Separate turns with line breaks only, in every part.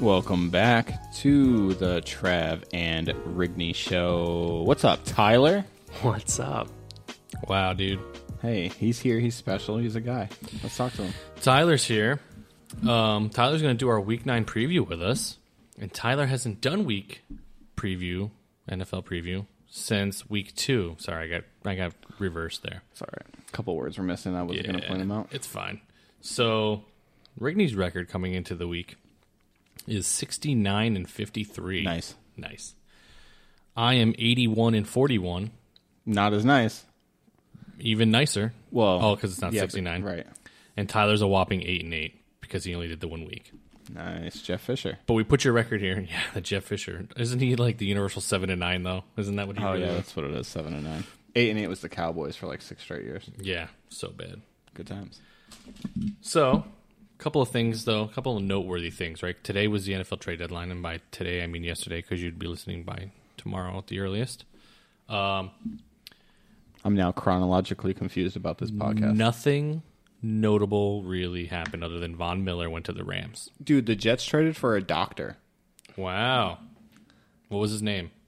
Welcome back to the Trav and Rigney show. What's up, Tyler?
What's up?
Wow, dude.
Hey, he's here. He's special. He's a guy. Let's talk to him.
Tyler's here. Um, Tyler's going to do our week nine preview with us. And Tyler hasn't done week preview, NFL preview, since week two. Sorry, I got I got reversed there.
It's all right. A couple words were missing. I was not going to point him out.
It's fine. So Rigney's record coming into the week is sixty nine and fifty three.
Nice.
Nice. I am eighty one and forty one.
Not as nice.
Even nicer.
Well,
oh, because it's not
yeah, but-
sixty nine.
Right.
And Tyler's a whopping eight and eight because he only did the one week.
Nice, Jeff Fisher.
But we put your record here. Yeah, the Jeff Fisher. Isn't he like the universal seven and nine though? Isn't that what he
Oh
really
yeah,
was?
that's what it is. Seven and nine. Eight and eight was the Cowboys for like six straight years.
Yeah, so bad.
Good times.
So a couple of things though, a couple of noteworthy things, right? Today was the NFL trade deadline, and by today I mean yesterday, because you'd be listening by tomorrow at the earliest.
I'm now chronologically confused about this podcast.
Nothing notable really happened other than Von Miller went to the Rams.
Dude, the Jets traded for a doctor.
Wow. What was his name?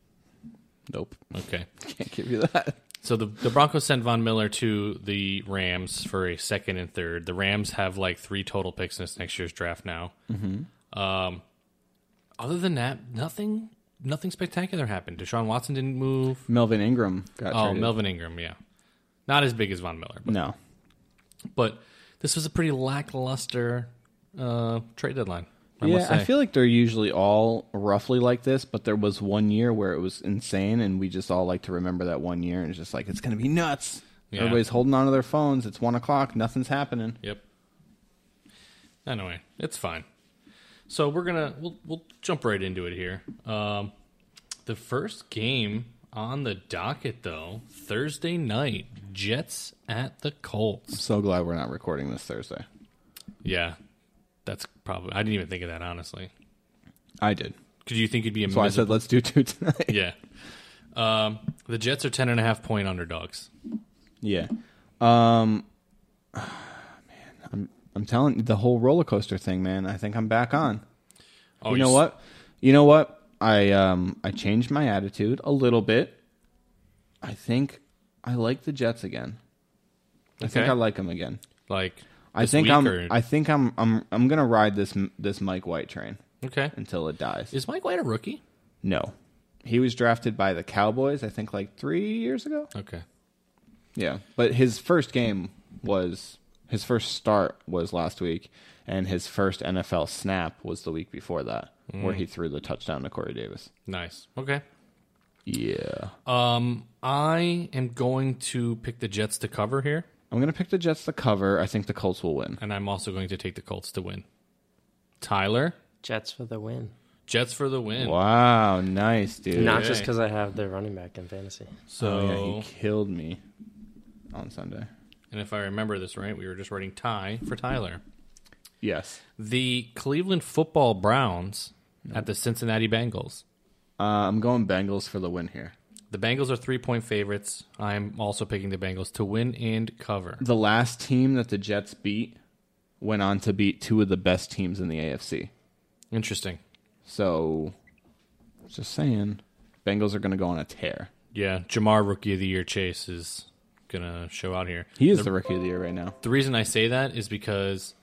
Nope.
Okay.
Can't give you that.
So the, the Broncos sent Von Miller to the Rams for a second and third. The Rams have like three total picks in this next year's draft now. Mm-hmm. Um, other than that, nothing nothing spectacular happened. Deshaun Watson didn't move.
Melvin Ingram got
Oh,
traded.
Melvin Ingram, yeah. Not as big as Von Miller, but,
No.
but this was a pretty lackluster uh, trade deadline. I
yeah,
must say.
I feel like they're usually all roughly like this, but there was one year where it was insane, and we just all like to remember that one year, and it's just like it's gonna be nuts.
Yeah.
Everybody's holding on to their phones. It's one o'clock. Nothing's happening.
Yep. Anyway, it's fine. So we're gonna we'll we'll jump right into it here. Um, the first game on the docket though, Thursday night, Jets at the Colts.
So glad we're not recording this Thursday.
Yeah, that's probably. I didn't even think of that honestly.
I did.
Because you think it'd be a
So I said let's do two tonight.
yeah. Um, the Jets are ten and a half point underdogs.
Yeah. Um man, I'm I'm telling the whole roller coaster thing, man. I think I'm back on.
Oh,
you know
s-
what? You know what? I um I changed my attitude a little bit. I think I like the Jets again. I think
Okay.
I like them again.
Like
I
this
think
week
I'm
or-
I think I'm I'm I'm going to ride this this Mike White train
okay.
until it dies.
Is Mike White a rookie?
No. He was drafted by the Cowboys I think like 3 years ago.
Okay.
Yeah, but his first game was his first start was last week, and his first NFL snap was the week before that,
Mm.
where he threw the touchdown to Corey Davis.
Nice. Okay.
Yeah,
Um, I am going to pick the Jets to cover here,
I'm gonna pick the Jets to cover. I think the Colts will win.
and I'm also going to take the Colts to win. Tyler,
Jets for the win.
Jets for the win.
Wow, nice dude.
Not
Okay.
just because I have the running back in fantasy.
So,
Oh, yeah, he killed me on Sunday.
and if I remember this right, we were just writing tie for Tyler.
Yes,
The Cleveland Football Browns at the Cincinnati Bengals.
uh, I'm going Bengals for the win here.
The Bengals are three point favorites. I'm also picking the Bengals to win and cover.
The last team that the Jets beat went on to beat two of the best teams in the AFC.
Interesting.
So, just saying, Bengals are going to go on a tear.
Yeah, Jamar Rookie of the Year Chase is gonna show out here.
He is the rookie of the year right now.
The reason I say that is because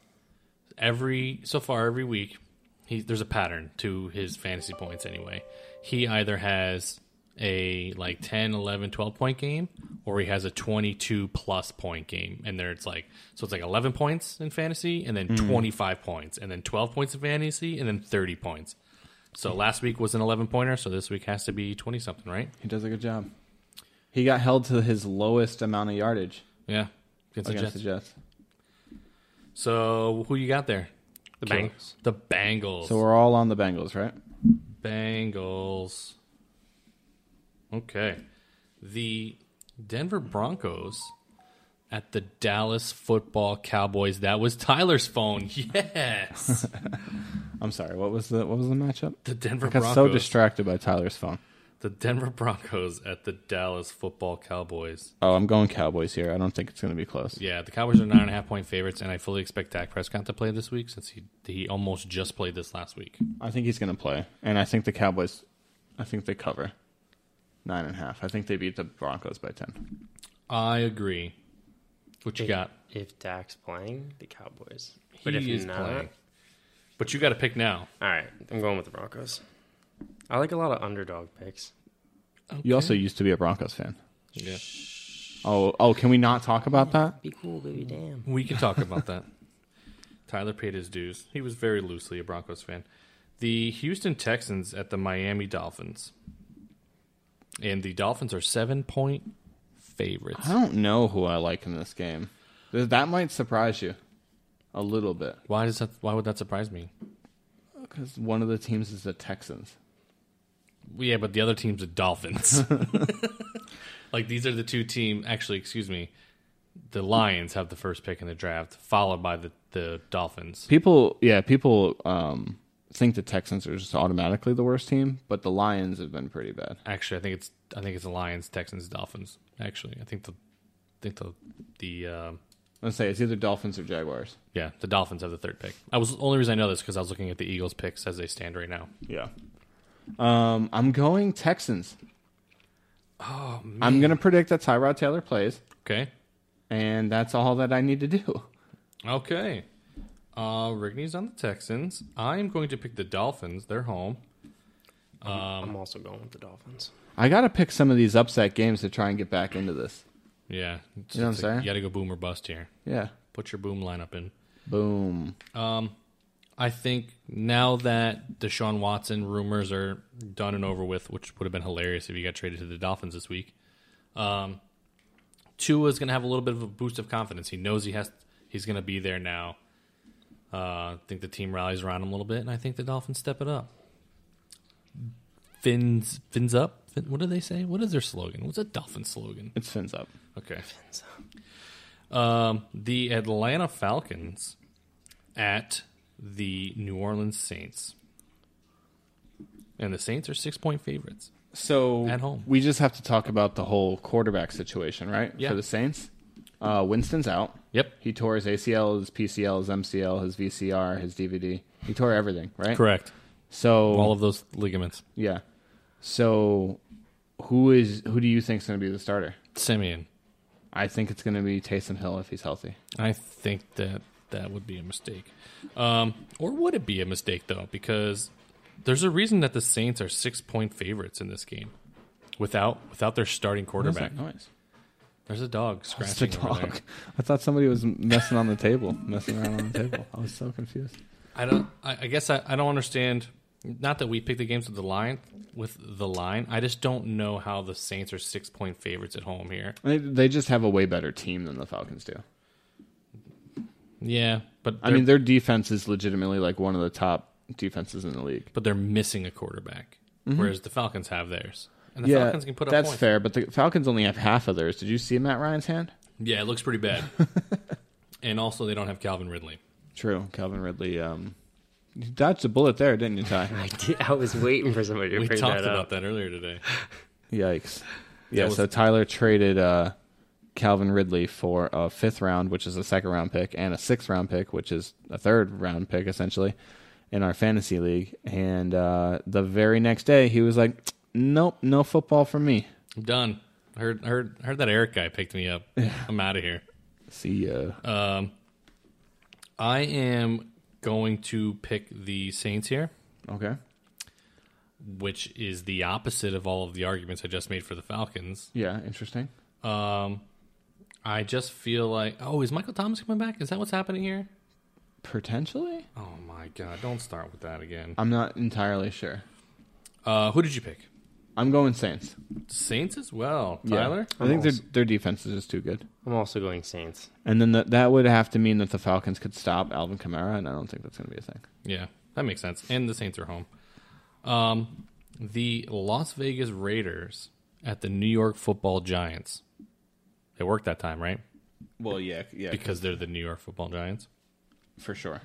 every so far every week, he there's a pattern to his fantasy points anyway. He either has a like 10, 11, 12 point game or he has a 22 plus point game and there it's like so it's like 11 points in fantasy and then 25 points and then 12 points in fantasy and then 30 points. So last week was an 11 pointer, so this week has to be 20 something, right?
He does a good job. He got held to his lowest amount of yardage
Yeah. Against the
against
Jets.
the Jets.
So who you got there?
The
Kill-
Bengals.
The Bengals.
So we're all on the Bengals, right?
Bengals. Okay. The Denver Broncos at the Dallas Football Cowboys. That was Tyler's phone. Yes.
I'm sorry. What was the what was the matchup?
the Denver
I got
Broncos.
so distracted by Tyler's phone.
the Denver Broncos at the Dallas Football Cowboys.
Oh, I'm going Cowboys here. I don't think it's going to be close.
Yeah, the Cowboys are nine and a half point favorites, and I fully expect Dak Prescott to play this week since he he almost just played this last week.
I think he's going to play, and I think the Cowboys. I think they cover nine and a half. I think they beat the Broncos by ten.
I agree. What you
If-
got?
If Dak's playing, the Cowboys.
He
But if
is
not,
playing. But you got to pick now.
all right, I'm going with the Broncos. I like a lot of underdog picks.
You also used to be a Broncos fan.
Yeah.
Oh, oh, can we not talk about that?
Be cool, baby. Damn.
We can talk about that. Tyler paid his dues. He was very loosely a Broncos fan. The Houston Texans at the Miami Dolphins. And the Dolphins are seven point favorites.
I don't know who I like in this game. Th- That might surprise you a little bit
Why does that why would that surprise me?
because one of the teams is the Texans.
Yeah, but the other team's the Dolphins. like these are the two team actually, excuse me. The Lions have the first pick in the draft, followed by the, the Dolphins.
People, yeah, people um, think the Texans are just automatically the worst team, but the Lions have been pretty bad.
Actually, I think it's I think it's the Lions, Texans, Dolphins. Actually, I think the I think the the um
Let's say it's either Dolphins or Jaguars.
Yeah, the Dolphins have the third pick. I was the only reason I know this because I was looking at the Eagles picks as they stand right now.
Yeah. Um, I'm going Texans. Oh, I'm going to predict that Tyrod Taylor plays,
Okay.
and that's all that I need to do.
Okay. Uh Rigney's on the Texans. I'm going to pick the Dolphins. They're home. Um,
I'm also going with the Dolphins.
I got to pick some of these upset games to try and get back into this.
Yeah. It's-
You know what
it's
I'm
like,
saying?
You gotta go boom or bust here.
Yeah.
Put your boom lineup in.
Boom.
I think now that Deshaun Watson rumors are done and over with, which would have been hilarious if he got traded to the Dolphins this week, um, Tua is going to have a little bit of a boost of confidence. He knows he has he's going to be there now. Uh, I think the team rallies around him a little bit, and I think the Dolphins step it up. Fins, fins up. Fin, what do they say? What is their slogan? What's a Dolphin slogan?
It's fins up.
Okay. Um, the Atlanta Falcons at the New Orleans Saints. And the Saints are six point favorites.
So
At home.
we just have to talk about the whole quarterback situation, right?
Yeah.
For the Saints, uh, Winston's out.
Yep.
He tore his ACL, his PCL, his MCL, his VCR, his DVD. He tore everything, right?
Correct.
So
All of those ligaments.
Yeah. So who is who do you think's going to be the starter?
Simeon.
I think it's going to be Taysom Hill if he's healthy.
I think that that would be a mistake. Um, or would it be a mistake, though? Because there's a reason that the Saints are six point favorites in this game without without their starting quarterback.
noise?
There's a dog
It's a
scratching. over there.
dog. I thought somebody was messing on the table, messing around on the table. I was so confused.
I don't. I, I guess I, I don't understand. Not that we pick the games with the line with the line. I just don't know how the Saints are six point favorites at home here.
They, they just have a way better team than the Falcons do.
Yeah, but
I mean, their defense is legitimately like one of the top defenses in the league.
but they're missing a quarterback, whereas the Falcons have theirs, and the
Mm-hmm. yeah,
Falcons can put up
that's
points.
fair. But the Falcons only have half of theirs. Did you see Matt Ryan's hand?
Yeah, it looks pretty bad. and also, they don't have Calvin Ridley.
True, Calvin Ridley. Um, you dodged a bullet there, didn't you, Ty?
I did. I was waiting for somebody to
We
bring
talked
that up.
about that earlier today.
Yikes. Yeah,
was-
so Tyler traded uh, Calvin Ridley for a fifth round, which is a second round pick, and a sixth round pick, which is a third round pick, essentially, in our fantasy league. And uh, the very next day, he was like, nope, no football for me.
I'm done. I heard I heard I heard that Eric guy picked me up. I'm out of here. Um,
See ya.
I am going to pick the Saints here.
okay.
which is the opposite of all of the arguments I just made for the Falcons. um,
Yeah, interesting.
I just feel like, oh, is Michael Thomas coming back? Is that what's happening here?
Potentially?
Oh my God! Don't start with that again.
I'm not entirely sure.
Uh, who did you pick?
I'm going Saints.
Saints as well.
Yeah.
Tyler.
I think their,
Almost.
their defense is just too good.
I'm also going Saints.
And then that that would have to mean that the Falcons could stop Alvin Kamara, and I don't think that's going to be a thing.
Yeah, that makes sense. And the Saints are home. Um, the Las Vegas Raiders at the New York Football Giants. It worked that time, right?
Well, yeah, yeah.
Because they're the New York Football Giants.
For sure.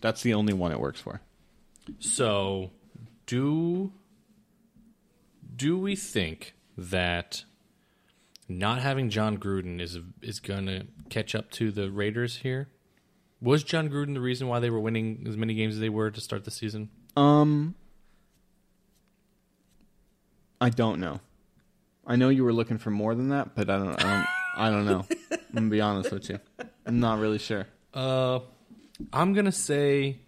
That's the only one it works for.
So, do do we think that not having John Gruden is is going to catch up to the Raiders here? Was John Gruden the reason why they were winning as many games as they were to start the season?
Um, I don't know. I know you were looking for more than that, but I don't. I don't, I don't know. I'm gonna be honest with you. I'm not really sure.
Uh, I'm gonna say,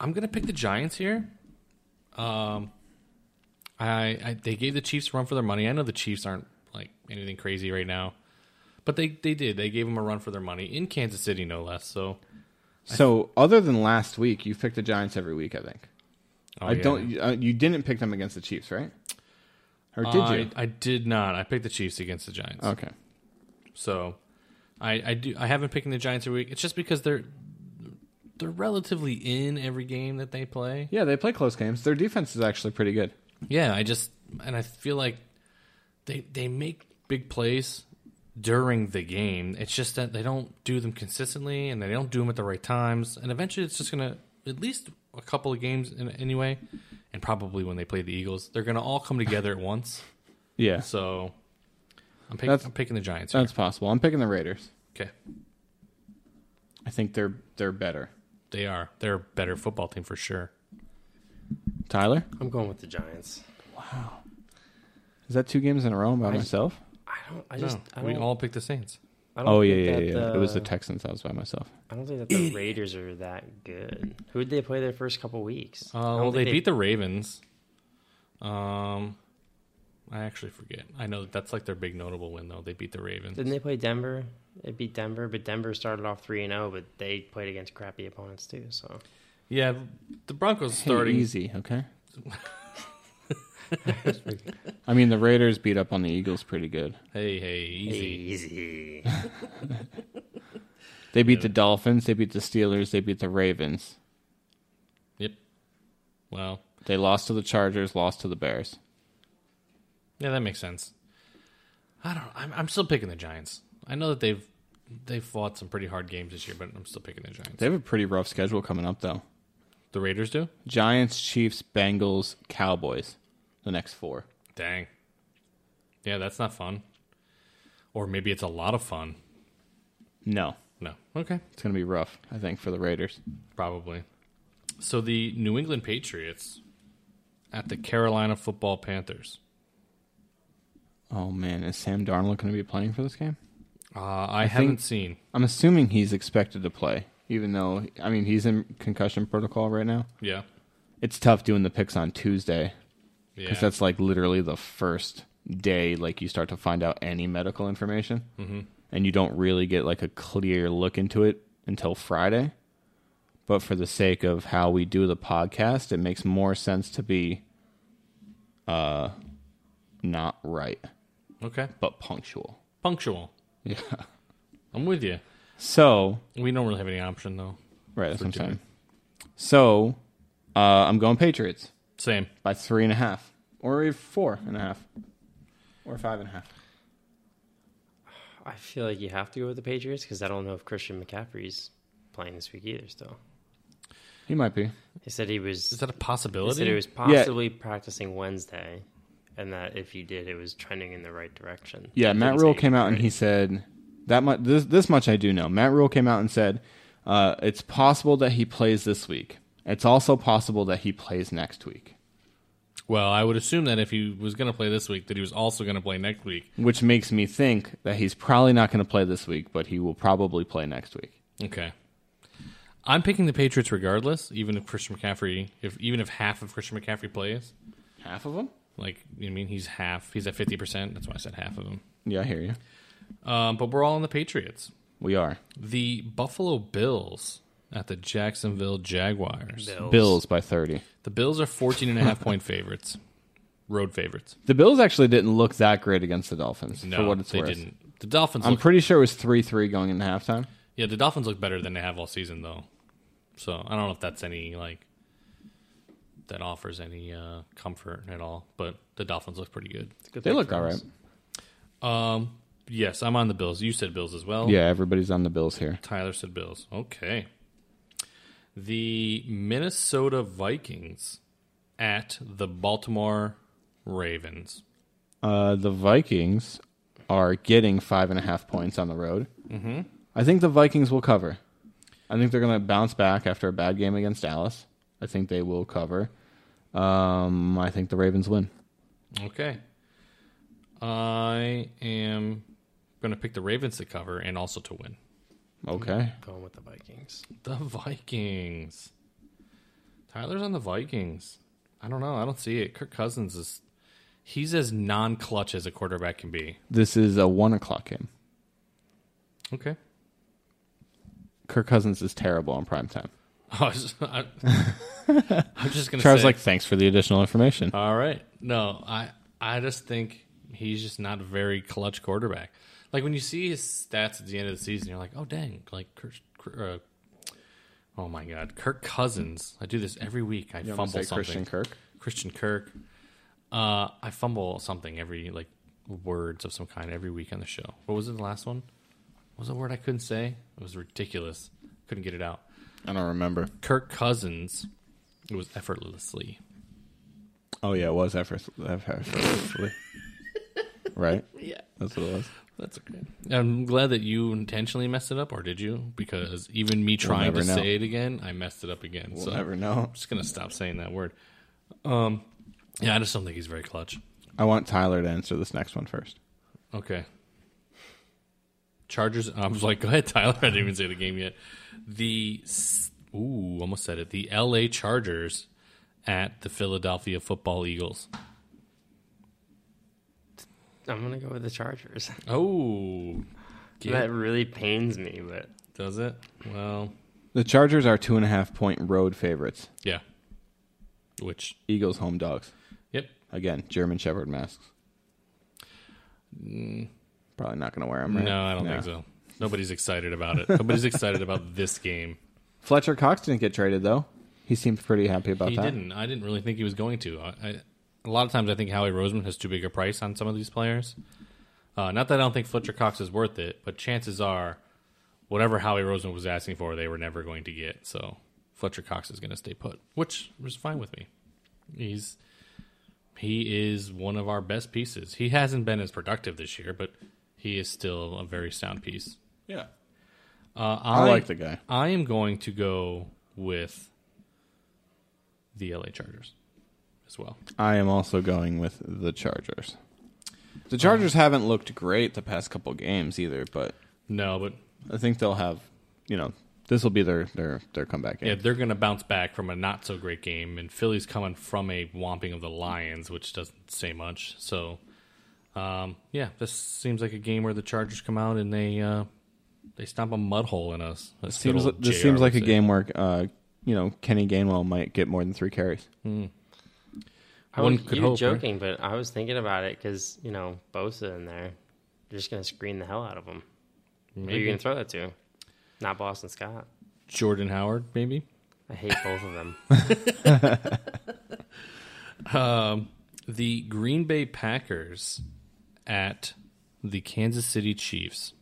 I'm gonna pick the Giants here. Um, I, I they gave the Chiefs a run for their money. I know the Chiefs aren't like anything crazy right now, but they they did. They gave them a run for their money in Kansas City, no less. So
So, other than last week, you picked the Giants every week. I think.
Oh,
I
yeah.
don't. You, uh, you didn't pick them against the Chiefs, right? Or did you?
I, I did not. I picked the Chiefs against the Giants.
Okay.
So I, I do I haven't picking the Giants every week. It's just because they're they're relatively in every game that they play.
Yeah, they play close games. Their defense is actually pretty good.
Yeah, I just and I feel like they they make big plays during the game. It's just that they don't do them consistently and they don't do them at the right times. And eventually, it's just gonna at least a couple of games in, anyway, and probably when they play the Eagles, they're gonna all come together at once.
Yeah,
So I'm picking
That's-
I'm picking the Giants. Here.
that's possible. I'm picking the Raiders.
Okay,
I think they're they're better.
they are they're a better football team for sure.
Tyler,
I'm going with the Giants.
is that two games in a row by myself?
I don't. I
No,
just. I
we
don't-
all picked the Saints.
I don't
Oh yeah,
think
yeah,
that uh,
yeah. It was the
the-
Texans. I was by myself.
I don't think that the Raiders are that good. Who did they play their first couple weeks?
Uh,
I don't
well, they
think
beat the Ravens. Um, I actually forget. I know that that's like their big notable win, though. They beat the Ravens.
Didn't they play Denver? They beat Denver, but Denver started off three and zero, but they played against crappy opponents too. So
Yeah, the Broncos
Hey,
starting.
easy, okay. I mean, the Raiders beat up on the Eagles pretty good.
Hey, hey, easy.
easy.
They beat the Dolphins. They beat the Steelers. They beat the Ravens.
Yep. Well,
They lost to the Chargers. Lost to the Bears.
yeah, that makes sense. I don't. I'm, I'm still picking the Giants. I know that they've they've fought some pretty hard games this year, but I'm still picking the Giants.
They have a pretty rough schedule coming up, though.
The Raiders do.
Giants, Chiefs, Bengals, Cowboys. The next four.
Dang. Yeah, that's not fun. Or maybe it's a lot of fun.
No,
No. Okay.
it's going to be rough. I think for the Raiders.
Probably. So the New England Patriots at the Carolina Football Panthers.
Oh man, is Sam Darnold going to be playing for this game?
Uh, I, haven't
think-
seen.
I'm assuming he's expected to play, even though I mean he's in concussion protocol right now.
Yeah.
It's tough doing the picks on Tuesday
Yeah.
because that's like literally the first day like you start to find out any medical information, mm-hmm. and you don't really get like a clear look into it until Friday. But for the sake of how we do the podcast, it makes more sense to be, uh, not right
okay.
but punctual.
Punctual.
Yeah.
I'm with you.
So
We don't really have any option though.
Right, that's
for
what I'm
doing
saying. So uh, I'm going Patriots
Same.
by three and a half, or even four and a half, or five and a half.
I feel like you have to go with the Patriots because I don't know if Christian McCaffrey's playing this week either. Still,
He might be.
they said he was.
Is that a
they
possibility?
said he was possibly practicing Wednesday, and that if you did, it was trending in the right direction.
Yeah,
They
Matt
didn't
Rule
say
came out and
right.
he said that much. This this much I do know. Matt Rule came out and said uh, it's possible that he plays this week. It's also possible that he plays next week,
well, I would assume that if he was going to play this week, that he was also going to play next week.
which makes me think that he's probably not going to play this week, but he will probably play next week.
Okay. I'm picking the Patriots regardless, even if Christian McCaffrey, if even if half of Christian McCaffrey plays,
Half of them?
like you know what I mean, he's half, he's at fifty percent. That's why I said half of him.
Yeah, I hear you.
Um, but we're all on the Patriots.
We are
The Buffalo Bills at the Jacksonville Jaguars.
Bills.
Bills by thirty.
The Bills are 14 and a half point favorites. Road favorites.
The Bills actually didn't look that great against the Dolphins,
No,
for what it's
they
worth.
didn't. The Dolphins
I'm
look,
pretty sure it was 3 3 going into halftime.
Yeah, the Dolphins look better than they have all season though. So, I don't know if that's any like that offers any uh, comfort at all, but the Dolphins look pretty good.
It's a good
They
pick
looked
for
all
us.
right.
Um, yes, I'm on the Bills. You said Bills as well.
Yeah, everybody's on the Bills here.
Tyler said Bills. Okay. The Minnesota Vikings at the Baltimore Ravens.
Uh, the Vikings are getting five and a half points on the road. Mm-hmm. I think the Vikings will cover. I think they're going to bounce back after a bad game against Dallas. I think they will cover. Um, I think the Ravens win.
Okay. I am going to pick the Ravens to cover and also to win.
Okay.
Going with the Vikings.
The Vikings. Tyler's on the Vikings. I don't know. I don't see it. Kirk Cousins is. He's as non clutch as a quarterback can be.
This is a one o'clock game.
Okay.
Kirk Cousins is terrible on prime time.
I was, I, am just going to
Charles,
say. Uh,
like, thanks for the additional information.
All right. No, I I just think he's just not a very clutch quarterback. Like when you see his stats at the end of the season, you're like, oh dang, like Kirk, Kirk- uh, oh my god, Kirk Cousins. I do this every week. I
I'm gonna
fumble
say
something.
Christian Kirk.
Christian Kirk. Uh, I fumble something every like words of some kind every week on the show. What was it? The last one What was a word I couldn't say. It was ridiculous. Couldn't get it out.
I don't remember.
Kirk Cousins. It was effortlessly.
Oh yeah, it was effort- effortlessly. right?
Yeah.
That's what it was.
That's okay. I'm glad that you intentionally messed it up, or did you? Because even me trying
never
to
know.
say it again, I messed it up again.
We'll
so
never know.
I'm just gonna stop saying that word. Um, yeah, I just don't think he's very clutch.
I want Tyler to answer this next one first.
Okay. Chargers. I was like, go ahead, Tyler. I didn't even say the game yet. The s- ooh, almost said it. The L.A. Chargers at the Philadelphia Football Eagles.
I'm gonna go with the Chargers.
Oh, yeah,
That really pains me, but
does it? Well,
The Chargers are two and a half point road favorites.
yeah. Which,
Eagles home dogs.
yep,
Again, German Shepherd masks. Probably not going to wear them, right?
Mm. No, I don't think so. Nobody's excited about it. Nobody's excited about this game.
Fletcher Cox didn't get traded, though. He seemed pretty happy about
He
that.
didn't. I didn't really think he was going to. I, I, a lot of times, I think Howie Roseman has too big a price on some of these players. Uh, not that I don't think Fletcher Cox is worth it, but chances are, whatever Howie Roseman was asking for, they were never going to get. So Fletcher Cox is going to stay put, which was fine with me. He's he is one of our best pieces. He hasn't been as productive this year, but he is still a very sound piece.
Yeah.
Uh,
I, like the guy.
I am going to go with the LA Chargers as well.
I am also going with the Chargers. The Chargers haven't looked great the past couple games either, but
No, but
I think they'll have, you know, this will be their their their comeback game.
yeah, they're going to bounce back from a not so great game, and Philly's coming from a whomping of the Lions, which doesn't say much. So, um, yeah, this seems like a game where the Chargers come out and they uh, they stomp a mud hole in us. As good
seems
old
like, this
JR
seems
would
like a
say.
game where uh, you know Kenny Gainwell might get more than three carries.
I
One
was
could
you
hope, right?
joking, but I was thinking about it because you know Bosa in there, you're just gonna screen the hell out of him. Who are
Maybe.
you gonna throw that to? Not Boston Scott.
Jordan Howard, maybe.
I hate both of them.
The Green Bay Packers at the Kansas City Chiefs.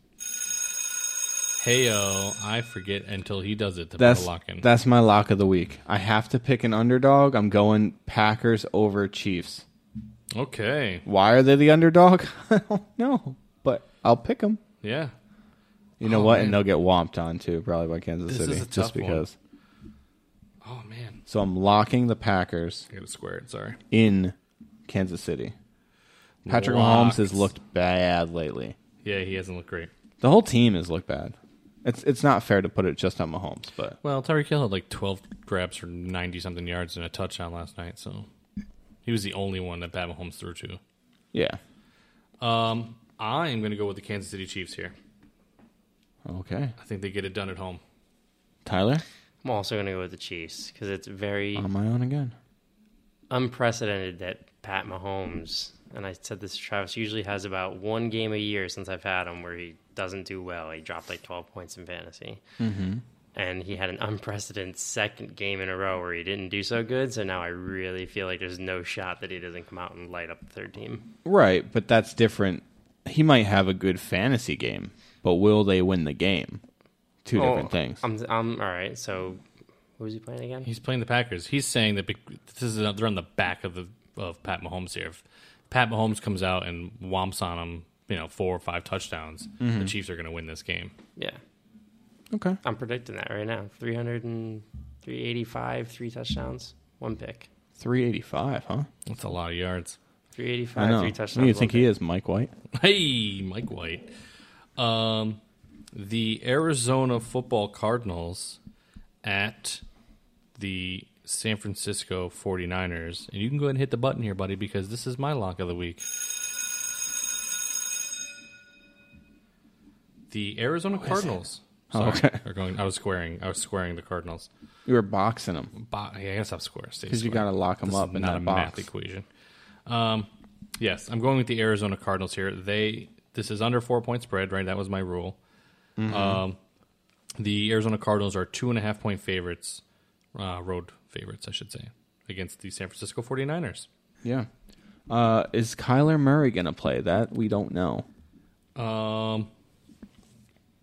Heyo, I forget until he does it to put a
That's
lock in.
that's my lock of the week. I have to pick an underdog. I'm going Packers over Chiefs.
okay,
Why are they the underdog? I don't know, but I'll pick them.
yeah.
You know what? And they'll get whomped on too, probably by Kansas
Oh, This is
City,
a
just
tough one.
because.
Oh man,
So I'm locking the Packers
I gotta square it. Sorry.
in Kansas City. Patrick Mahomes
Locked.
has looked bad lately.
Yeah, he hasn't looked great.
The whole team has looked bad. It's it's not fair to put it just on Mahomes, but
Well, Tyreek Hill had like 12 grabs for 90 something yards and a touchdown last night, so he was the only one that Pat Mahomes threw to.
yeah.
Um, I am gonna go with the Kansas City Chiefs here.
Okay.
I think they get it done at home.
Tyler,
I'm also gonna go with the Chiefs because it's very
on my own again.
unprecedented that Pat Mahomes and I said this to Travis usually has about one game a year since I've had him where he doesn't do well. He dropped like 12 points in fantasy. Mm-hmm. And he had an unprecedented second game in a row where he didn't do so good. So now I really feel like there's no shot that he doesn't come out and light up the third team.
Right, but that's different. He might have a good fantasy game, but will they win the game? Two different things.
Oh, I'm, I'm all right. So who's he playing again?
He's playing the Packers. He's saying that bec- this is they're on the back of the of Pat Mahomes here. If Pat Mahomes comes out and womps on him, you know, four or five touchdowns, the Chiefs are going to win this game.
Yeah.
Okay.
I'm predicting that right now. 300 and 385, three touchdowns, one pick.
385, huh?
That's a lot of yards.
I
385,
know.
three
Who
touchdowns.
do you
one
think
pick.
he is, Mike White?
Hey, Mike White. Um, the Arizona Football Cardinals at the San Francisco 49ers. And you can go ahead and hit the button here, buddy, because this is my lock of the week. The Arizona Cardinals.
Oh, okay.
Are going, I was squaring. I was squaring the Cardinals.
You were boxing him
Bo- yeah, I gotta stop square. Stay
because you
square.
got to lock him
This
up
is
in
not
that
a math
box.
equation. Um, yes, I'm going with the Arizona Cardinals here. They this is under four point spread, right? That was my rule.
Mm-hmm.
Um, the Arizona Cardinals are two and a half point favorites, uh, road favorites, I should say, against the San Francisco 49ers.
Yeah. Uh, is Kyler Murray gonna play? That we don't know.
Um,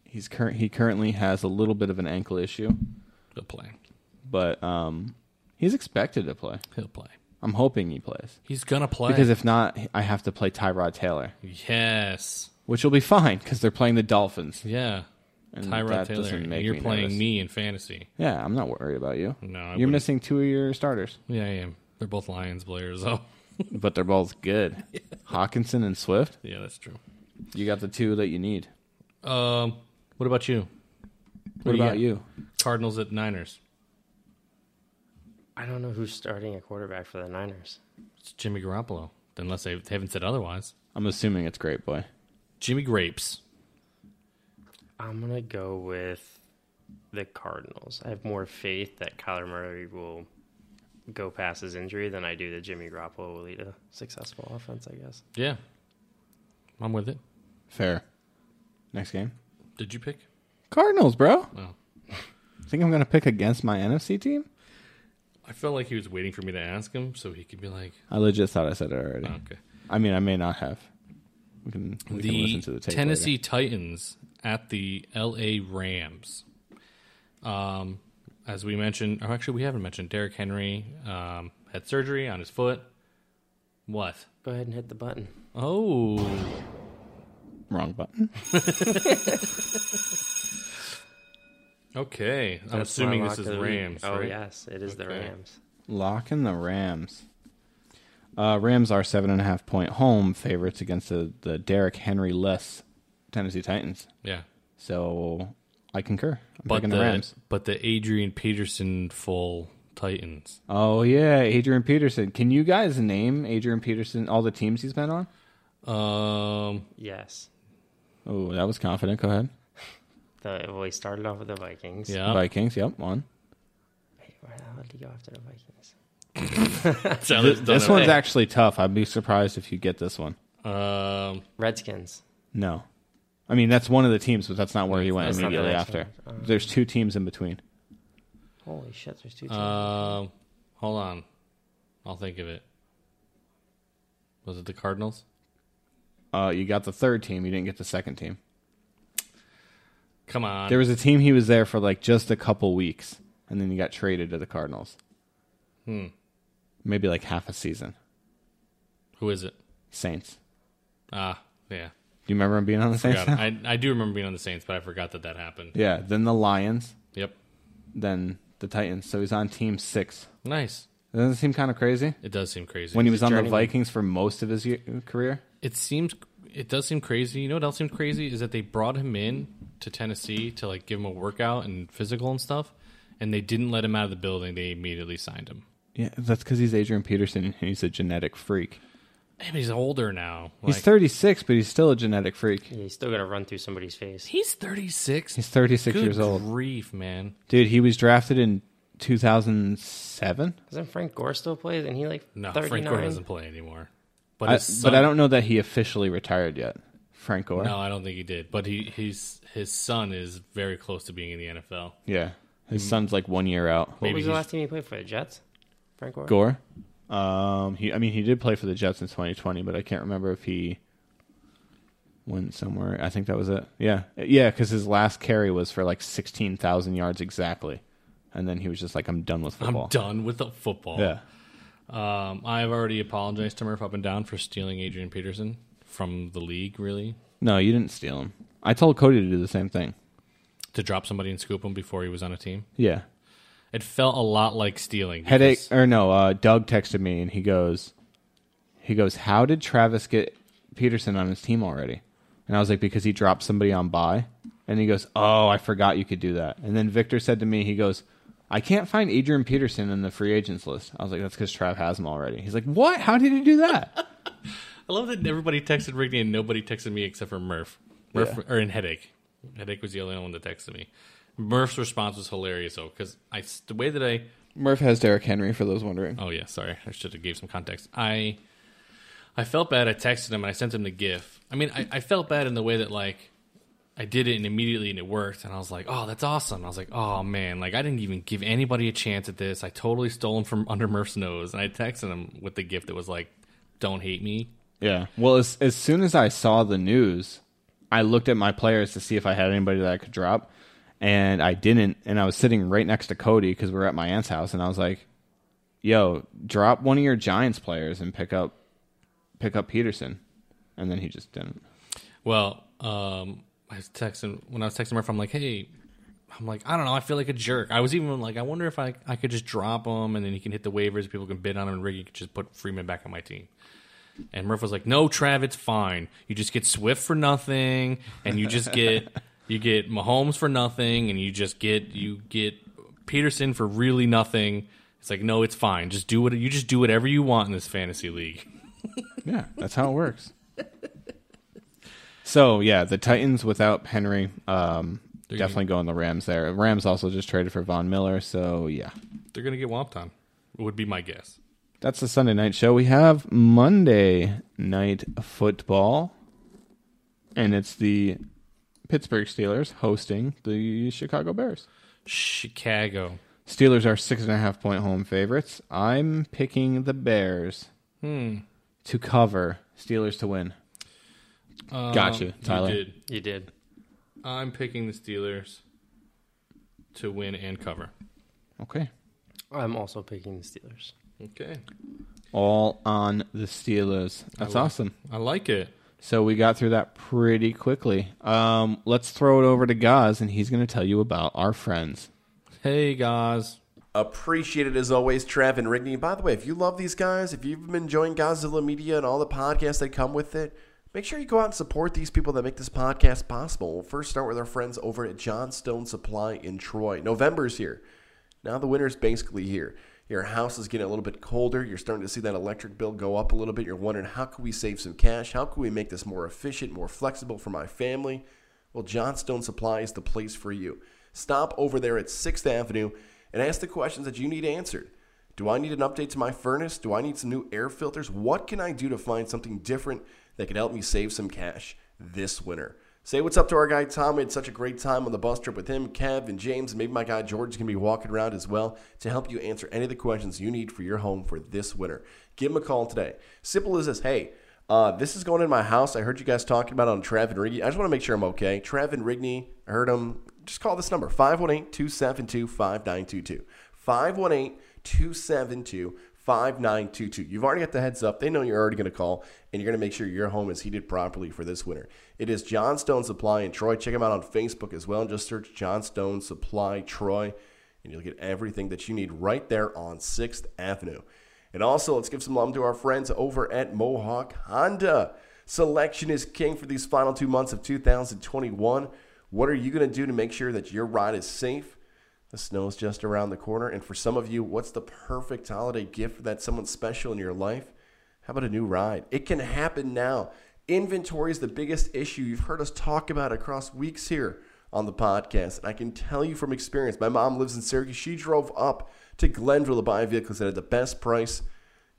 He's cur- he currently has a little bit of an ankle issue,
he'll play.
but um, he's expected to play.
He'll play.
I'm hoping he plays
He's gonna play.
because if not, I have to play Tyrod Taylor,
yes,
which will be fine because they're playing the Dolphins.
yeah.
And
Tyrod
that
Taylor,
doesn't
and
make
you're
me
playing
nervous.
me in fantasy.
Yeah, I'm not worried about you.
No, I
you're
wouldn't.
missing two of your starters,
Yeah, I am. They're both Lions players, though.
but they're both good. Hawkinson and Swift,
yeah, that's true.
you got the two that you need.
Um, what about you?
What,
do you
about
got?
you?
Cardinals at Niners.
I don't know who's starting a quarterback for the Niners.
It's Jimmy Garoppolo, unless they haven't said otherwise.
I'm assuming it's Great Boy.
Jimmy Grapes.
I'm going to go with the Cardinals. I have more faith that Kyler Murray will go past his injury than I do that Jimmy Garoppolo will lead a successful offense, I guess.
Yeah, I'm with it.
Fair. Next game,
Did you pick?
Cardinals, bro.
Oh,
Think I'm gonna pick against my NFC team?
I felt like he was waiting for me to ask him so he could be like, "Oh,
I legit thought I said it already.
okay.
I mean, I may not have. We can, we can
the
listen to the tape
Tennessee Titans at the L.A. Rams. Um, as we mentioned, or actually we haven't mentioned, Derrick Henry um, had surgery on his foot. What?
Go ahead and hit the button.
Oh.
later. Wrong button.
Okay, I'm
That's my
assuming this
lock
is
of
the
week.
Rams.
Oh,
right?
yes, it is the
Okay.
Rams.
Locking the Rams. Uh, Rams are seven and a half point home favorites against the, the Derrick Henry less Tennessee Titans.
yeah.
So I concur. I'm
But the,
picking the Rams.
but the Adrian Peterson full Titans.
Oh yeah, Adrian Peterson. Can you guys name Adrian Peterson all the teams he's been on?
Um,
Yes.
Oh, that was confident. Go ahead.
The, well, he started off with the Vikings.
yeah,
Vikings. Yep, one.
Wait, where the hell did he go after the Vikings?
This, this one's
it.
actually tough. I'd be surprised if you get this one.
Um,
Redskins.
No. I mean, that's one of the teams, but that's not where he went
That's not the
immediately
next
after.
one. Uh,
There's two teams in between.
Holy shit, there's two teams.
um, hold on, I'll think of it. Was it the Cardinals?
Uh, you got the third team. You didn't get the second team.
Come on,
There was a team he was there for like just a couple weeks, and then he got traded to the Cardinals.
Hmm.
Maybe like half a season.
who is it?
Saints.
Ah, yeah,
Do you remember him being on the Saints?
Forgot. I I do remember being on the Saints, but I forgot that that happened.
yeah. Then the Lions.
Yep,
Then the Titans. So he's on team six.
nice.
Doesn't that seem kind of crazy?
It does seem crazy.
When he was on the
journeyman.
Vikings for most of his year, career.
it seems it does seem crazy. You know what else seemed crazy is that they brought him in to Tennessee to like give him a workout and physical and stuff, and they didn't let him out of the building. They immediately signed him.
Yeah, that's because he's Adrian Peterson and he's a genetic freak.
Hey, but he's older now.
He's
Like,
36, but he's still a genetic freak.
Yeah, he's still going to run through somebody's face.
he's thirty six.
He's 36 years old.
Grief, man.
Dude, he was drafted in 2007.
Doesn't Frank Gore still play? Isn't he like
No,
39?
Frank Gore doesn't play anymore. But
I,
his son,
but I don't know that he officially retired yet. Frank Gore.
No, I don't think he did. But he he's his son is very close to being in the NFL.
Yeah.
Mm.
His son's like one year out.
What
Maybe
was the
he's-
last team he played for? The Jets? Frank Gore?
Gore. Um, he, I mean, he did play for the Jets in 2020, but I can't remember if he went somewhere. I think that was it. Yeah. Yeah, because his last carry was for like 16,000 yards exactly. And then he was just like, I'm done with
I'm
football.
done with the football.
Yeah.
Um, I've already apologized to Murph up and down for stealing Adrian Peterson from the league, really,
No, you didn't steal him. I told Cody to do the same thing.
to drop somebody and scoop him before he was on a team.
Yeah.
It felt a lot like stealing.
Headache
because-
or no, uh, Doug texted me and he goes he goes, How did Travis get Peterson on his team already? And I was like, Because he dropped somebody on by and he goes, Oh, I forgot you could do that. And then Victor said to me, he goes, I can't find Adrian Peterson in the free agents list. I was like, That's because Trav has him already. He's like, What? How did he do that?
I love that everybody texted Rigney and nobody texted me except for Murph. Murph or in headache. Headache was the only one that texted me. Murph's response was hilarious though, because I s- the way that I
Murph has Derrick Henry for those wondering.
oh yeah sorry I should have gave some context. I I felt bad. I texted him and I sent him the GIF. I mean I, I felt bad in the way that like I did it and immediately and it worked and I was like oh that's awesome. I was like oh man like I didn't even give anybody a chance at this. I totally stole him from under Murph's nose and I texted him with the GIF that was like don't hate me
Yeah. Well, as as soon as I saw the news, I looked at my players to see if I had anybody that I could drop, and I didn't. And I was sitting right next to Cody because we were at my aunt's house, and I was like, "Yo, drop one of your Giants players and pick up pick up Peterson," and then he just didn't.
Well, um, I was texting when I was texting Murph. I'm like, hey, I'm like, I don't know. I feel like a jerk. I was even like, I wonder if I I could just drop him and then he can hit the waivers. People can bid on him and Riggy could just put Freeman back on my team. And Murph was like, no, Trav, it's fine. You just get Swift for nothing, and you just get you get Mahomes for nothing, and you just get you get Peterson for really nothing. It's like, no, it's fine. Just do what you just do whatever you want in this fantasy league.
Yeah, that's how it works. So yeah, the Titans without Henry, um, definitely going the Rams there. Rams also just traded for Von Miller, so yeah.
They're gonna get whopped on. Would be my guess.
That's the Sunday night show. We have Monday night football, and it's the Pittsburgh Steelers hosting the Chicago Bears.
Chicago.
Steelers are six and a half point home favorites. I'm picking the Bears
Hmm.
to cover. Steelers to win. Gotcha,
Um, you
Tyler.
did.
You did.
I'm picking the Steelers to win and cover.
Okay.
I'm also picking the Steelers.
Okay.
All on the Steelers. That's
like-
awesome.
I like it.
So we got through that pretty quickly. Um, let's throw it over to Gaz, and he's going to tell you about our friends.
Hey, guys.
Appreciate it as always, Trev and Rigney. By the way, if you love these guys, if you've been enjoying Godzilla Media and all the podcasts that come with it, make sure you go out and support these people that make this podcast possible. We'll first start with our friends over at Johnstone Supply in Troy. November's here. Now the winter's basically here. Your house is getting a little bit colder. You're starting to see that electric bill go up a little bit. You're wondering how can we save some cash? How can we make this more efficient, more flexible for my family? Well, Johnstone Supply is the place for you. Stop over there at 6th Avenue and ask the questions that you need answered. Do I need an update to my furnace? Do I need some new air filters? What can I do to find something different that can help me save some cash this winter? Say what's up to our guy Tom. We had such a great time on the bus trip with him, Kev, and James, and maybe my guy George is going to be walking around as well to help you answer any of the questions you need for your home for this winter. Give him a call today. Simple as this. Hey, uh, this is going in my house. I heard you guys talking about it on Trav and Rigney. I just want to make sure I'm okay. Trav and Rigney, I heard them. Just call this number 518 272 5922. 518 272 5922. You've already got the heads up. They know you're already going to call, and you're going to make sure your home is heated properly for this winter. It is Johnstone Supply in Troy. Check them out on Facebook as well. And just search Johnstone Supply Troy, and you'll get everything that you need right there on 6th Avenue. And also, let's give some love to our friends over at Mohawk Honda. Selection is king for these final two months of 2021. What are you going to do to make sure that your ride is safe? The snow's just around the corner. And for some of you, what's the perfect holiday gift for that someone special in your life? How about a new ride? It can happen now. Inventory is the biggest issue you've heard us talk about across weeks here on the podcast. And I can tell you from experience, my mom lives in Syracuse. She drove up to Glenville to buy a vehicle that had the best price.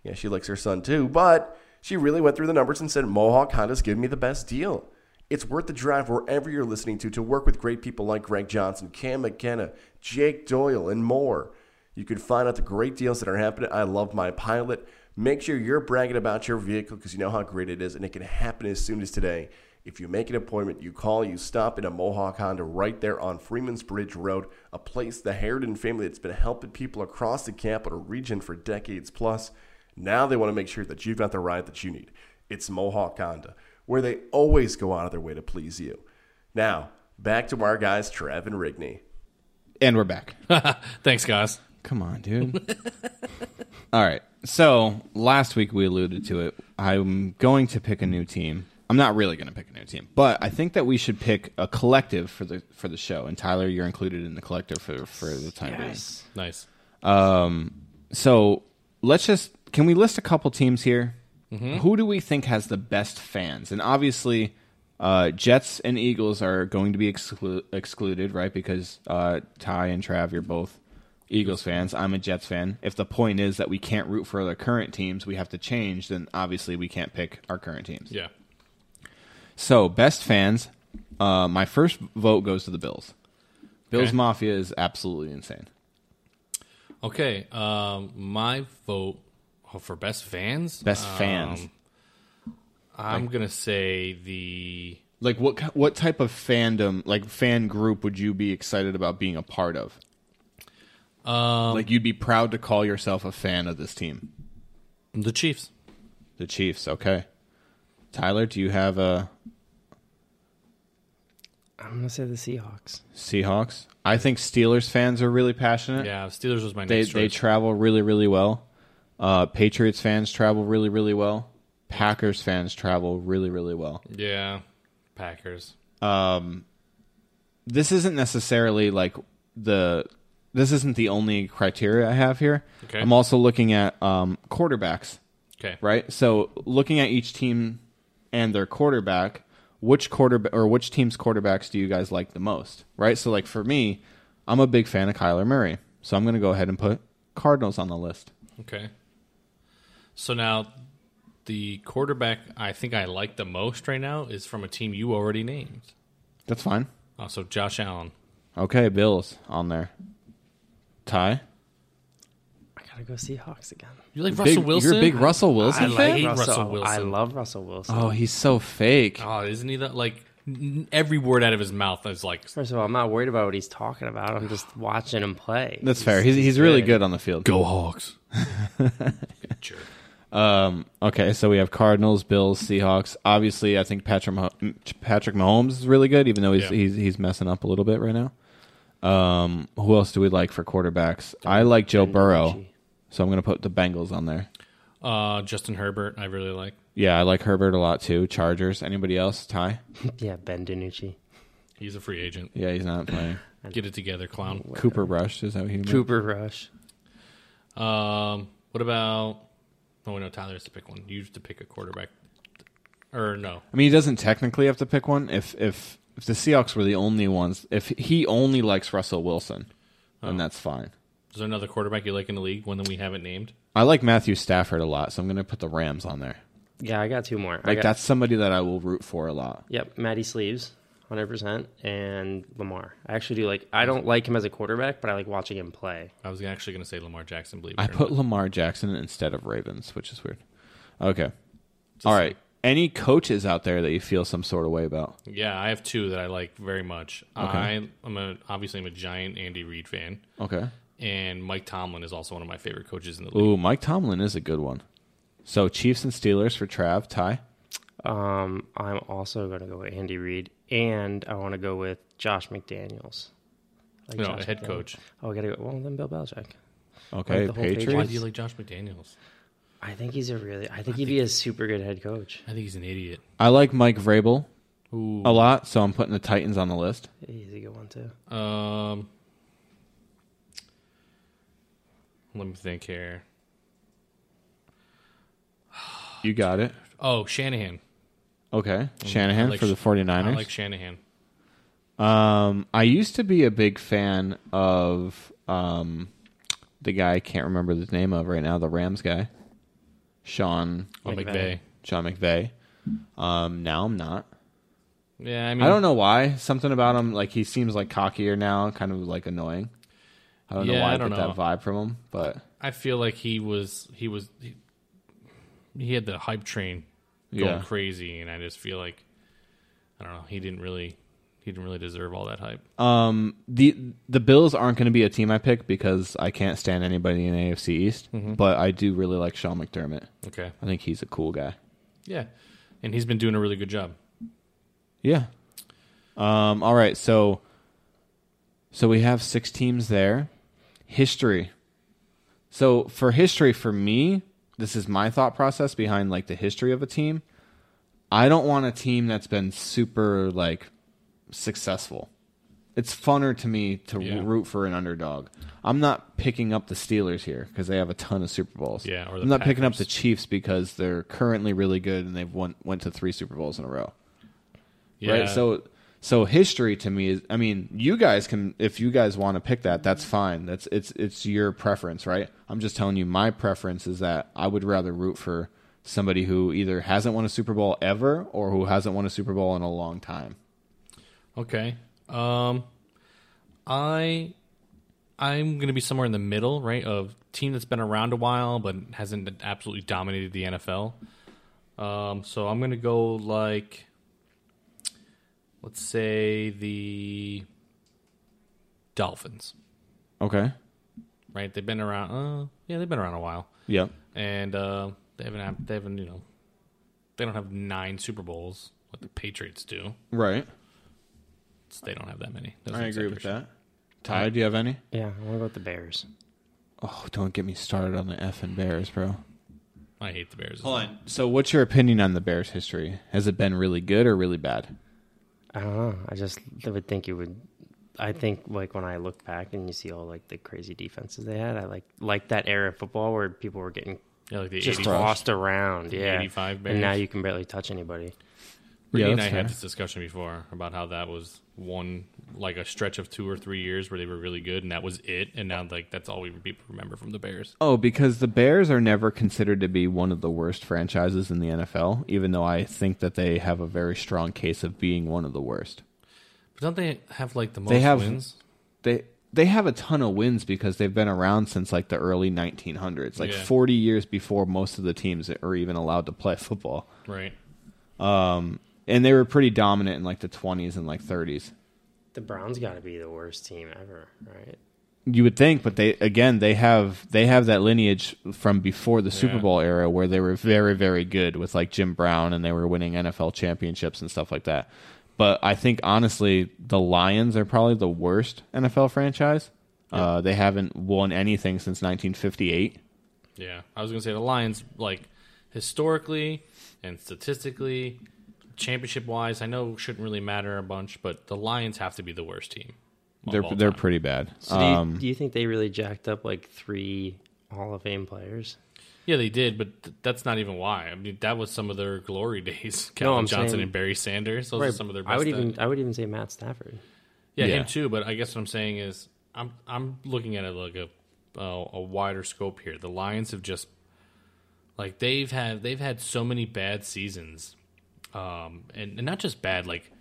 Yeah, she likes her son too, but she really went through the numbers and said, Mohawk Honda's giving me the best deal. It's worth the drive wherever you're listening to to work with great people like Greg Johnson, Cam McKenna, Jake Doyle, and more. You can find out the great deals that are happening. I love my pilot. Make sure you're bragging about your vehicle because you know how great it is, and it can happen as soon as today. If you make an appointment, you call, you stop in a Mohawk Honda right there on Freeman's Bridge Road, a place the Harridan family that's been helping people across the capital region for decades plus. Now they want to make sure that you've got the ride that you need. It's Mohawk Honda, where they always go out of their way to please you. Now, back to our guys, Trev and Rigney.
And we're back.
Thanks, guys.
Come on, dude. All right. So last week we alluded to it. I'm going to pick a new team. I'm not really going to pick a new team, but I think that we should pick a collective for the for the show. And Tyler, you're included in the collective for for the time being.
Yes.
Nice.
So let's just can we list a couple teams here? Who do we think has the best fans? And obviously, uh, Jets and Eagles are going to be exclu- excluded, right? Because uh, Ty and Trav, you're both Eagles fans. I'm a Jets fan. If the point is that we can't root for the current teams, we have to change. Then obviously, we can't pick our current teams.
Yeah.
So, best fans, uh, my first vote goes to the Bills. Bills
Okay.
Mafia is absolutely insane.
Okay. Um, my vote oh, for best fans. Um,
Best fans.
I'm gonna say the
Like what ki- what type of fandom, like fan group, would you be excited about being a part of? Um, like you'd be proud to call yourself a fan of this team,
the Chiefs.
the Chiefs. Okay, Tyler, do you have uh, a
I'm gonna say the Seahawks.
Seahawks? I think Steelers fans are really passionate.
Yeah, Steelers was my
they
next
they
choice.
travel really really well. Uh, Patriots fans travel really really well. Packers fans travel really really well.
yeah, Packers.
this isn't necessarily like the this isn't the only criteria I have here.
Okay.
I'm also looking at um, quarterbacks,
Okay.
right? So looking at each team and their quarterback, which quarterback or which team's quarterbacks do you guys like the most, right? So like for me, I'm a big fan of Kyler Murray, so I'm going to go ahead and put Cardinals on the list.
Okay. So now, the quarterback I think I like the most right now is from a team you already named.
That's fine.
Oh, so Josh Allen.
Okay, Bills on there. Ty,
I gotta go Seahawks again.
You like
Big-
Russell Wilson?
You're a big Russell Wilson
I
fan.
like Russell Wilson.
I love Russell Wilson.
oh, he's so fake.
Oh, isn't he that like n- every word out of his mouth is like
First of all, I'm not worried about what he's talking about. I'm just watching him play.
That's fair. He's he's really good on the field.
go Hawks. Jerk.
Okay, so we have Cardinals, Bills, Seahawks. Obviously, I think Patrick Mah- Patrick Mahomes is really good, even though he's
Yeah.
he's he's messing up a little bit right now. Um, who else do we like for quarterbacks? I like Joe Burrow, so I'm going to put the Bengals on there.
Uh, Justin Herbert, I really like.
Yeah, I like Herbert a lot too. Chargers. Anybody else? Ty?
Yeah, Ben DiNucci.
He's a free agent.
Yeah, he's not playing.
Get it together, clown.
Cooper Rush is that what he? meant?
Cooper Rush.
Um, what about? Oh no, Tyler has to pick one. You have to pick a quarterback, or no?
I mean, he doesn't technically have to pick one. If if if the Seahawks were the only ones, if he only likes Russell Wilson, then that's fine.
Is there another quarterback you like in the league? One that we haven't named?
I like Matthew Stafford a lot, so I'm going to put the Rams on there.
Yeah, I got two more. I
Like
got,
that's somebody that I will root for a lot.
Yep, Matty Sleeves, 100%, and Lamar. I actually do like, I don't like him as a quarterback, but I like watching him play.
I was actually going to say Lamar Jackson. Believe it
I
or
put
not.
Lamar Jackson instead of Ravens, which is weird. Okay. All right. Any coaches out there that you feel some sort of way about?
Yeah, I have two that I like very much. I am a obviously I'm a giant Andy Reid fan,
Okay.
and Mike Tomlin is also one of my favorite coaches in the league.
Ooh, Mike Tomlin is a good one. So Chiefs and Steelers for Trav, Ty.
Um, I'm also going to go with Andy Reid, and I want to go with Josh McDaniels. Like
No,
Josh
a head
McDaniels.
coach.
Oh, I got to go. Well, then Bill Belichick.
Okay,
the whole page.
Patriots.
Why do you like Josh McDaniels?
I think he's a really, I think he'd be a super good head coach.
I think he's an idiot.
I like Mike Vrabel
Ooh.
a lot, so I'm putting the Titans on the list.
He's a good one, too.
Um, let me think here.
You got it.
Oh, Shanahan.
Okay. Shanahan
I like
for the
Sh-
49ers.
I like Shanahan.
Um, I used to be a big fan of um, the guy I can't remember the name of right now, the Rams guy, Sean
Oh,
McVay.
McVay.
Sean McVay. Um, now I'm not.
Yeah, I mean,
I don't know why. Something about him, like he seems like cockier now, kind of like annoying. I don't know
Yeah,
why I,
I don't
get that
know.
vibe from him, but
I feel like he was he was he, he had the hype train going
Yeah.
crazy, and I just feel like I don't know. He didn't really he didn't really deserve all that hype.
Um, the the Bills aren't going to be a team I pick because I can't stand anybody in AFC East.
Mm-hmm.
But I do really like Sean McDermott.
Okay.
I think he's a cool guy.
Yeah. And he's been doing a really good job.
Yeah. Um. All right. So. So we have six teams there. History. So for history, for me, this is my thought process behind like the history of a team. I don't want a team that's been super like successful. It's funner to me to
Yeah.
root for an underdog. I'm not picking up the Steelers here because they have a ton of Super Bowls.
Yeah, or the
I'm not picking up
Packers.
the Chiefs because they're currently really good and they've won went to three Super Bowls in a row
Yeah.
right so so history to me is i mean you guys can if you guys want to pick that that's fine that's it's it's your preference right i'm just telling you my preference is that i would rather root for somebody who either hasn't won a super bowl ever or who hasn't won a super bowl in a long time
Okay. Um, I I'm gonna be somewhere in the middle, right? Of team that's been around a while but hasn't absolutely dominated the NFL. Um, so I'm gonna go like, let's say the Dolphins,
okay
right? They've been around. Uh, yeah, they've been around a while,
yep
and uh, they haven't. had- They haven't. You know, they don't have nine Super Bowls like the Patriots do.
right
So they don't have that many. Those
i
are
agree with
exceptions.
that ty do you have any
Yeah, I want to go with the Bears.
oh don't get me started on the f and bears bro
I hate the Bears. as
hold on so what's your opinion on the bears history has it been really good or really bad
I don't know. I just I would think you would. I think like when I look back and you see all like the crazy defenses they had, I like like that era of football where people were getting
Yeah, like the
just
80,
tossed around. Yeah,
85
and now
Bears.
you can barely touch anybody.
Brittany
Yeah,
and I
that's
had
fair.
this discussion before about how that was one like a stretch of two or three years where they were really good and that was it, and now like that's all we people remember from the Bears.
Oh, because the Bears are never considered to be one of the worst franchises in the NFL, even though I think that they have a very strong case of being one of the worst.
But don't they have like the most
They have-
wins?
They they have a ton of wins because they've been around since like the early 1900s, like
Yeah.
40 years before most of the teams are even allowed to play football.
Right.
And they were pretty dominant in like the 20s and like 30s.
The Browns got to be the worst team ever, right?
You would think, but they again they have they have that lineage from before the Super
Yeah.
Bowl era where they were very very good with like Jim Brown and they were winning NFL championships and stuff like that. But I think honestly the Lions are probably the worst NFL franchise. Uh, they haven't won anything since 1958.
Yeah. I was gonna say the Lions, like historically and statistically, championship wise, I know shouldn't really matter a bunch, but the Lions have to be the worst team. of
They're
all
they're
time.
pretty bad. Um,
So do, you, do you think they really jacked up like three Hall of Fame players?
Yeah, they did, but th- that's not even why. I mean, that was some of their glory days. Calvin
I'm
Johnson
saying-
and Barry Sanders. Those are some of their best.
I would even
days.
I would even say Matt Stafford.
yeah,
Yeah.
him too. But I guess what I'm saying is, I'm I'm looking at it like a uh, a wider scope here. The Lions have just like they've had they've had so many bad seasons, um, and, and not just bad, like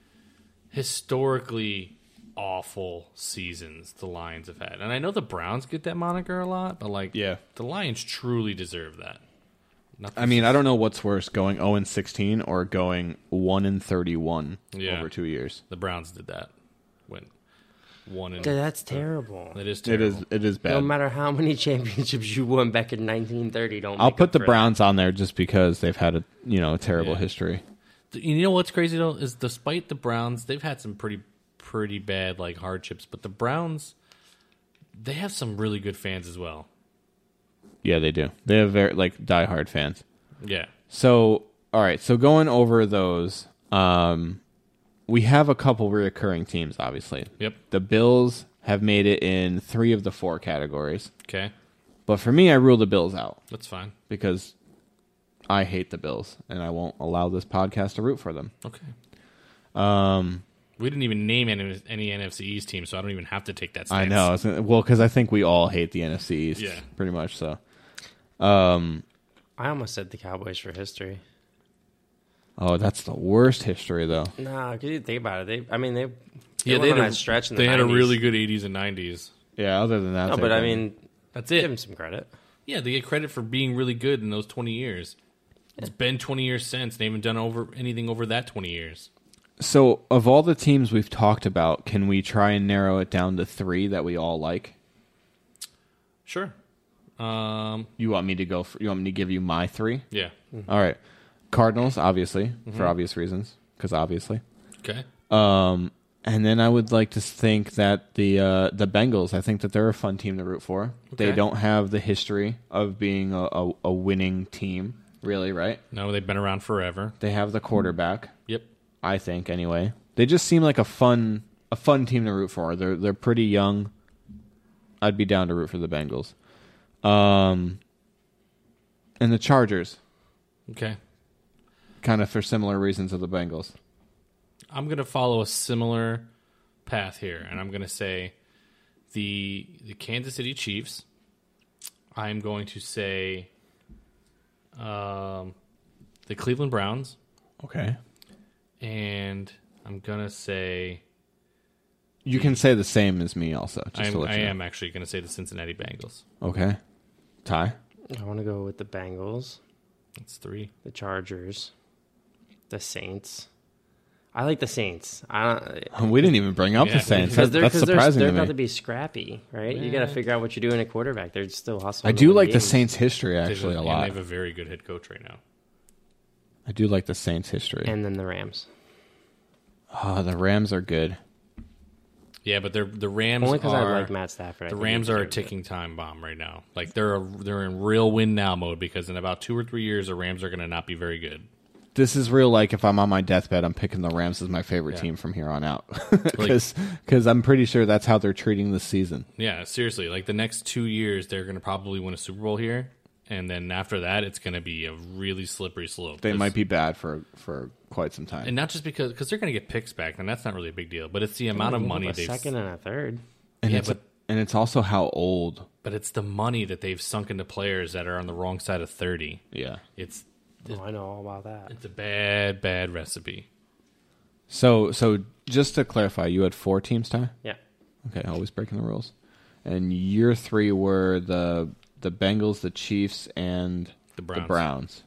historically awful seasons the Lions have had. And I know the Browns get that moniker a lot, but like
Yeah.
the Lions truly deserve that.
I mean, I don't know what's worse, going 0 and 16 or going 1 and 31
Yeah.
over 2 years.
The Browns did that. Went one and
Dude, that's terrible.
that is
It
terrible.
is it is
No
bad.
matter how many championships you won back in 1930, don't.
I'll
make
put
up
the
for that.
Browns on there just because they've had a, you know, a terrible
Yeah.
history.
You know what's crazy though is despite the Browns, they've had some pretty pretty bad like hardships, but the Browns they have some really good fans as well.
Yeah, they do. They have very like diehard fans.
Yeah.
So all right, so going over those, um, we have a couple reoccurring teams. Obviously,
Yep.
the Bills have made it in three of the four categories,
Okay.
but for me, I rule the Bills out
That's fine.
because I hate the Bills and I won't allow this podcast to root for them.
Okay.
Um,
We didn't even name any, any NFC East team, so I don't even have to take that
I
stance.
know. I was gonna- Well, because I think we all hate the NFC East,
Yeah.
pretty much. So
I almost said the Cowboys for history.
Oh, that's the worst history, though.
Nah, 'cause you think about it. They, I mean, they, they
Yeah,
went
they had
on
a,
that stretch. In the
they had a
90s.
really good 80s and 90s.
Yeah, other than that,
No,
they
but I
win.
mean,
That's
give them
it.
some credit.
Yeah, they get credit for being really good in those 20 years. It's been 20 years since they haven't done over anything over that 20 years.
So, of all the teams we've talked about, can we try and narrow it down to three that we all like?
Sure. Um,
You want me to go? For, you want me to give you my three?
yeah.
Hmm. Mm-hmm.
All right. Cardinals, obviously, for obvious reasons, because obviously.
Okay.
Um, and then I would like to think that the uh, the Bengals. I think that they're a fun team to root for. They
Okay.
don't have the history of being a, a, a winning team, really. Right?
No, they've been around forever.
They have the
Mm-hmm.
quarterback.
Yep.
I think anyway. They just seem like a fun a fun team to root for. They're they're pretty young. I'd be down to root for the Bengals. Um and the Chargers,
Okay.
kind of for similar reasons to the Bengals.
I'm gonna follow a similar path here, and I'm gonna say the the Kansas City Chiefs. I'm going to say um, the Cleveland Browns,
Okay.
and I'm gonna say
You can say the same as me also, just to
I'm,
let
I
you know.
am actually gonna say the Cincinnati Bengals.
Okay. Ty?
I want to go with the Bengals,
That's three.
the Chargers, the Saints. I like the Saints. I don't,
We didn't even bring up
Yeah.
the Saints.
Because
That,
they're,
that's
'cause they're,
surprising
they're
to
about
me.
to be scrappy, right? You got to figure out what you're doing at quarterback. They're still hustling.
I
to
do
win
like the
games.
Saints history
They've-
actually a
and
lot.
They have a very good head coach right now.
I do like the Saints history.
and then the Rams.
oh, the Rams are good.
Yeah, but they're the Rams
Only because I
are
like Matt Stafford. I
the
think
Rams
he's
are a
good.
ticking time bomb right now. Like they're a, they're in real win now mode because in about two or three years the Rams are going to not be very good.
this is real like if i'm on my deathbed i'm picking the rams as my favorite
Yeah.
team from here on out because i'm pretty sure that's how they're treating this season
Yeah, seriously. Like the next two years they're going to probably win a Super Bowl here, and then after that it's going to be a really slippery slope.
they
This-
might be bad for for quite some time
and not just because because they're going to get picks back, and that's not really a big deal. But it's the amount of
They gave
money
up a
they've
second and a third.
and
yeah,
it's
but-
and it's also how old
but it's the money that they've sunk into players that are on the wrong side of thirty.
yeah
It's
Oh, I know all about that.
it's a bad bad recipe.
so so just to clarify you had four teams ty
Yeah,
okay always breaking the rules and your three were the the bengals the chiefs and
The Browns.
the browns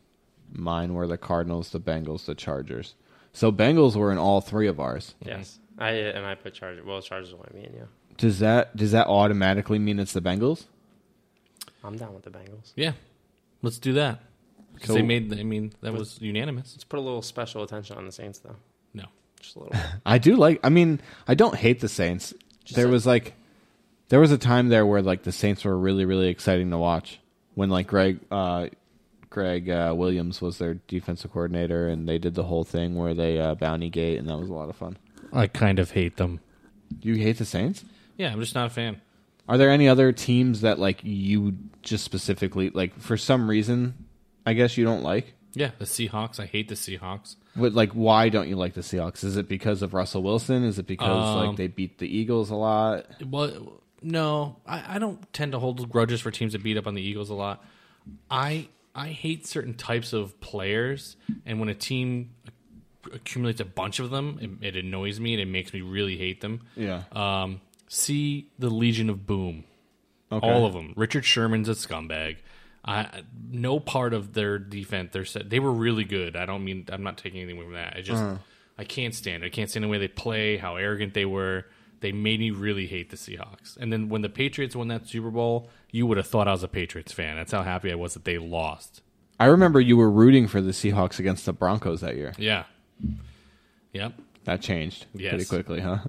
mine were the cardinals the bengals the chargers so bengals were in all three of ours
yes. I and I put Chargers. Well, Chargers only me and you.
Does that does that automatically mean it's the Bengals?
I'm down with the Bengals.
Yeah, let's do that because
So-
they made. I mean, that was unanimous.
Let's put a little special attention on the Saints, though.
No,
Just a little.
I do like. I mean, I don't hate the Saints. there
like-
was like, there was a time there where like the Saints were really really exciting to watch when like Greg uh, Greg uh, Williams was their defensive coordinator and they did the whole thing where they uh, bounty gate and that was a lot of fun.
I kind of hate them.
Do you hate the Saints?
Yeah, I'm just not a fan.
Are there any other teams that like you just specifically like for some reason? I guess you don't like.
Yeah, the Seahawks. I hate the Seahawks.
But like, why don't you like the Seahawks? Is it because of Russell Wilson? Is it because
Um,
like they beat the Eagles a lot?
Well, no, I, I don't tend to hold grudges for teams that beat up on the Eagles a lot. I I hate certain types of players, and when a team acc- accumulates a bunch of them, it, it annoys me and it makes me really hate them.
Yeah.
Um, see the Legion of Boom.
Okay.
All of them. Richard Sherman's a scumbag. I no part of their defense. They're set. They were really good. I don't mean. I'm not taking anything away from that. I just I can't stand it. I can't stand the way they play. How arrogant they were. They made me really hate the Seahawks. And then when the Patriots won that Super Bowl, you would have thought I was a Patriots fan. That's how happy I was that they lost.
I remember you were rooting for the Seahawks against the Broncos that year.
Yeah. Yep.
That changed
Yes.
pretty quickly, huh?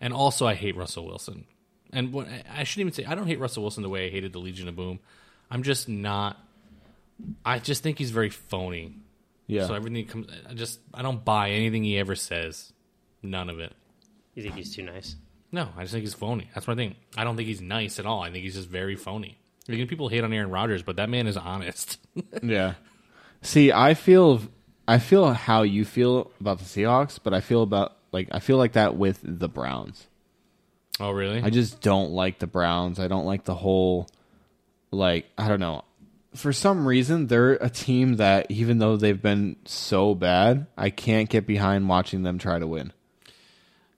And also, I hate Russell Wilson. And what I- I shouldn't even say, I don't hate Russell Wilson the way I hated the Legion of Boom. I'm just not. I just think he's very phony.
Yeah.
So everything comes. I just I don't buy anything he ever says. None of it.
you think he's too nice?
No, I just think he's phony. That's my thing. I don't think he's nice at all. I think he's just very phony. Like, people hate on Aaron Rodgers, but that man is honest.
yeah. See, I feel I feel how you feel about the Seahawks, but I feel about like I feel like that with the Browns.
oh, really?
I just don't like the Browns. I don't like the whole like I don't know. For some reason, they're a team that even though they've been so bad, I can't get behind watching them try to win.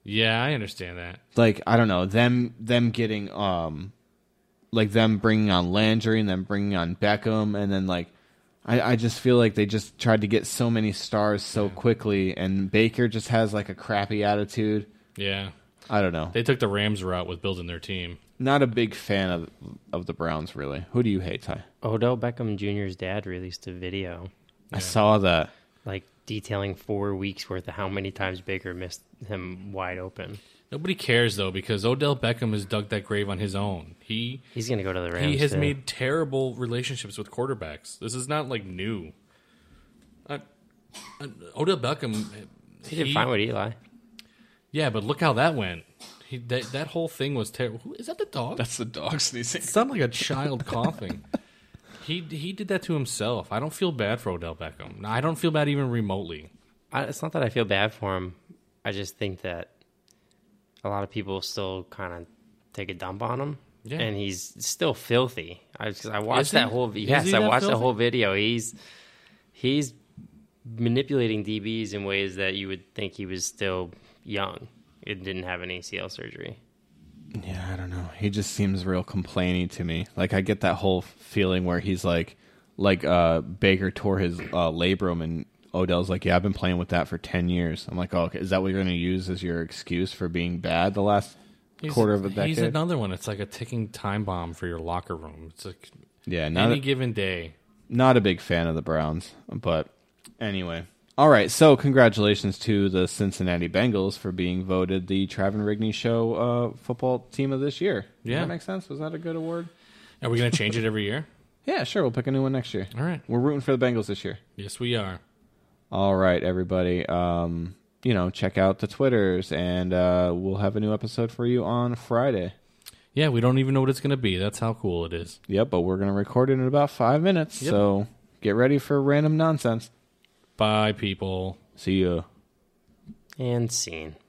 yeah, I understand that.
Like I don't know them them getting um like them bringing on Landry and then bringing on Beckham and then like I, I just feel like they just tried to get so many stars so quickly, and Baker just has like a crappy attitude.
Yeah.
I don't know.
They took the Rams route with building their team.
Not a big fan of of the Browns, really. Who do you hate, Ty?
Odell Beckham Jr.'s dad released a video
I saw that.
like detailing four weeks worth of how many times Baker missed him wide open.
Nobody cares though because Odell Beckham has dug that grave on his own. He
He's gonna go to the Rams.
he has
too.
made terrible relationships with quarterbacks. This is not like new. I, I, Odell Beckham,
He did fine with Eli.
yeah, but look how that went. He, that, that whole thing was terrible. Is that the dog?
That's the dog sneezing.
It sounded like a child coughing. He he did that to himself. I don't feel bad for Odell Beckham. I don't feel bad even remotely.
I, it's not that I feel bad for him. I just think that a lot of people still kind of take a dump on him,
Yeah.
and he's still filthy. I was- I watched
Is he?
that whole vi-
Is
yes,
he
I
that
watched that
filthy?
whole video. He's he's manipulating DBs in ways that you would think he was still young and didn't have an ACL surgery.
Yeah, I don't know. He just seems real complaining to me. Like I get that whole feeling where he's like, like uh, Baker tore his uh, labrum, and Odell's like, "Yeah, I've been playing with that for ten years." I'm like, "Oh, okay. is that what you're going to use as your excuse for being bad the last
He's-
quarter of a decade?"
He's another one. It's like a ticking time bomb for your locker room. It's like
yeah, not
any
a,
given day.
not a big fan of the Browns, but anyway. All right, so congratulations to the Cincinnati Bengals for being voted the Travon Rigney Show uh, football team of this year.
Yeah.
Does that make sense? Was that a good award?
Are we going to change it every year?
Yeah, sure. We'll pick a new one next year.
All right.
We're rooting for the Bengals this year.
Yes, we are.
All right, everybody. Um, you know, check out the Twitters, and uh, we'll have a new episode for you on Friday.
Yeah, we don't even know what it's going to be. That's how cool it is.
Yep, but we're gonna record it in about five minutes,
Yep.
so get ready for random nonsense.
Bye, people.
See you.
And scene.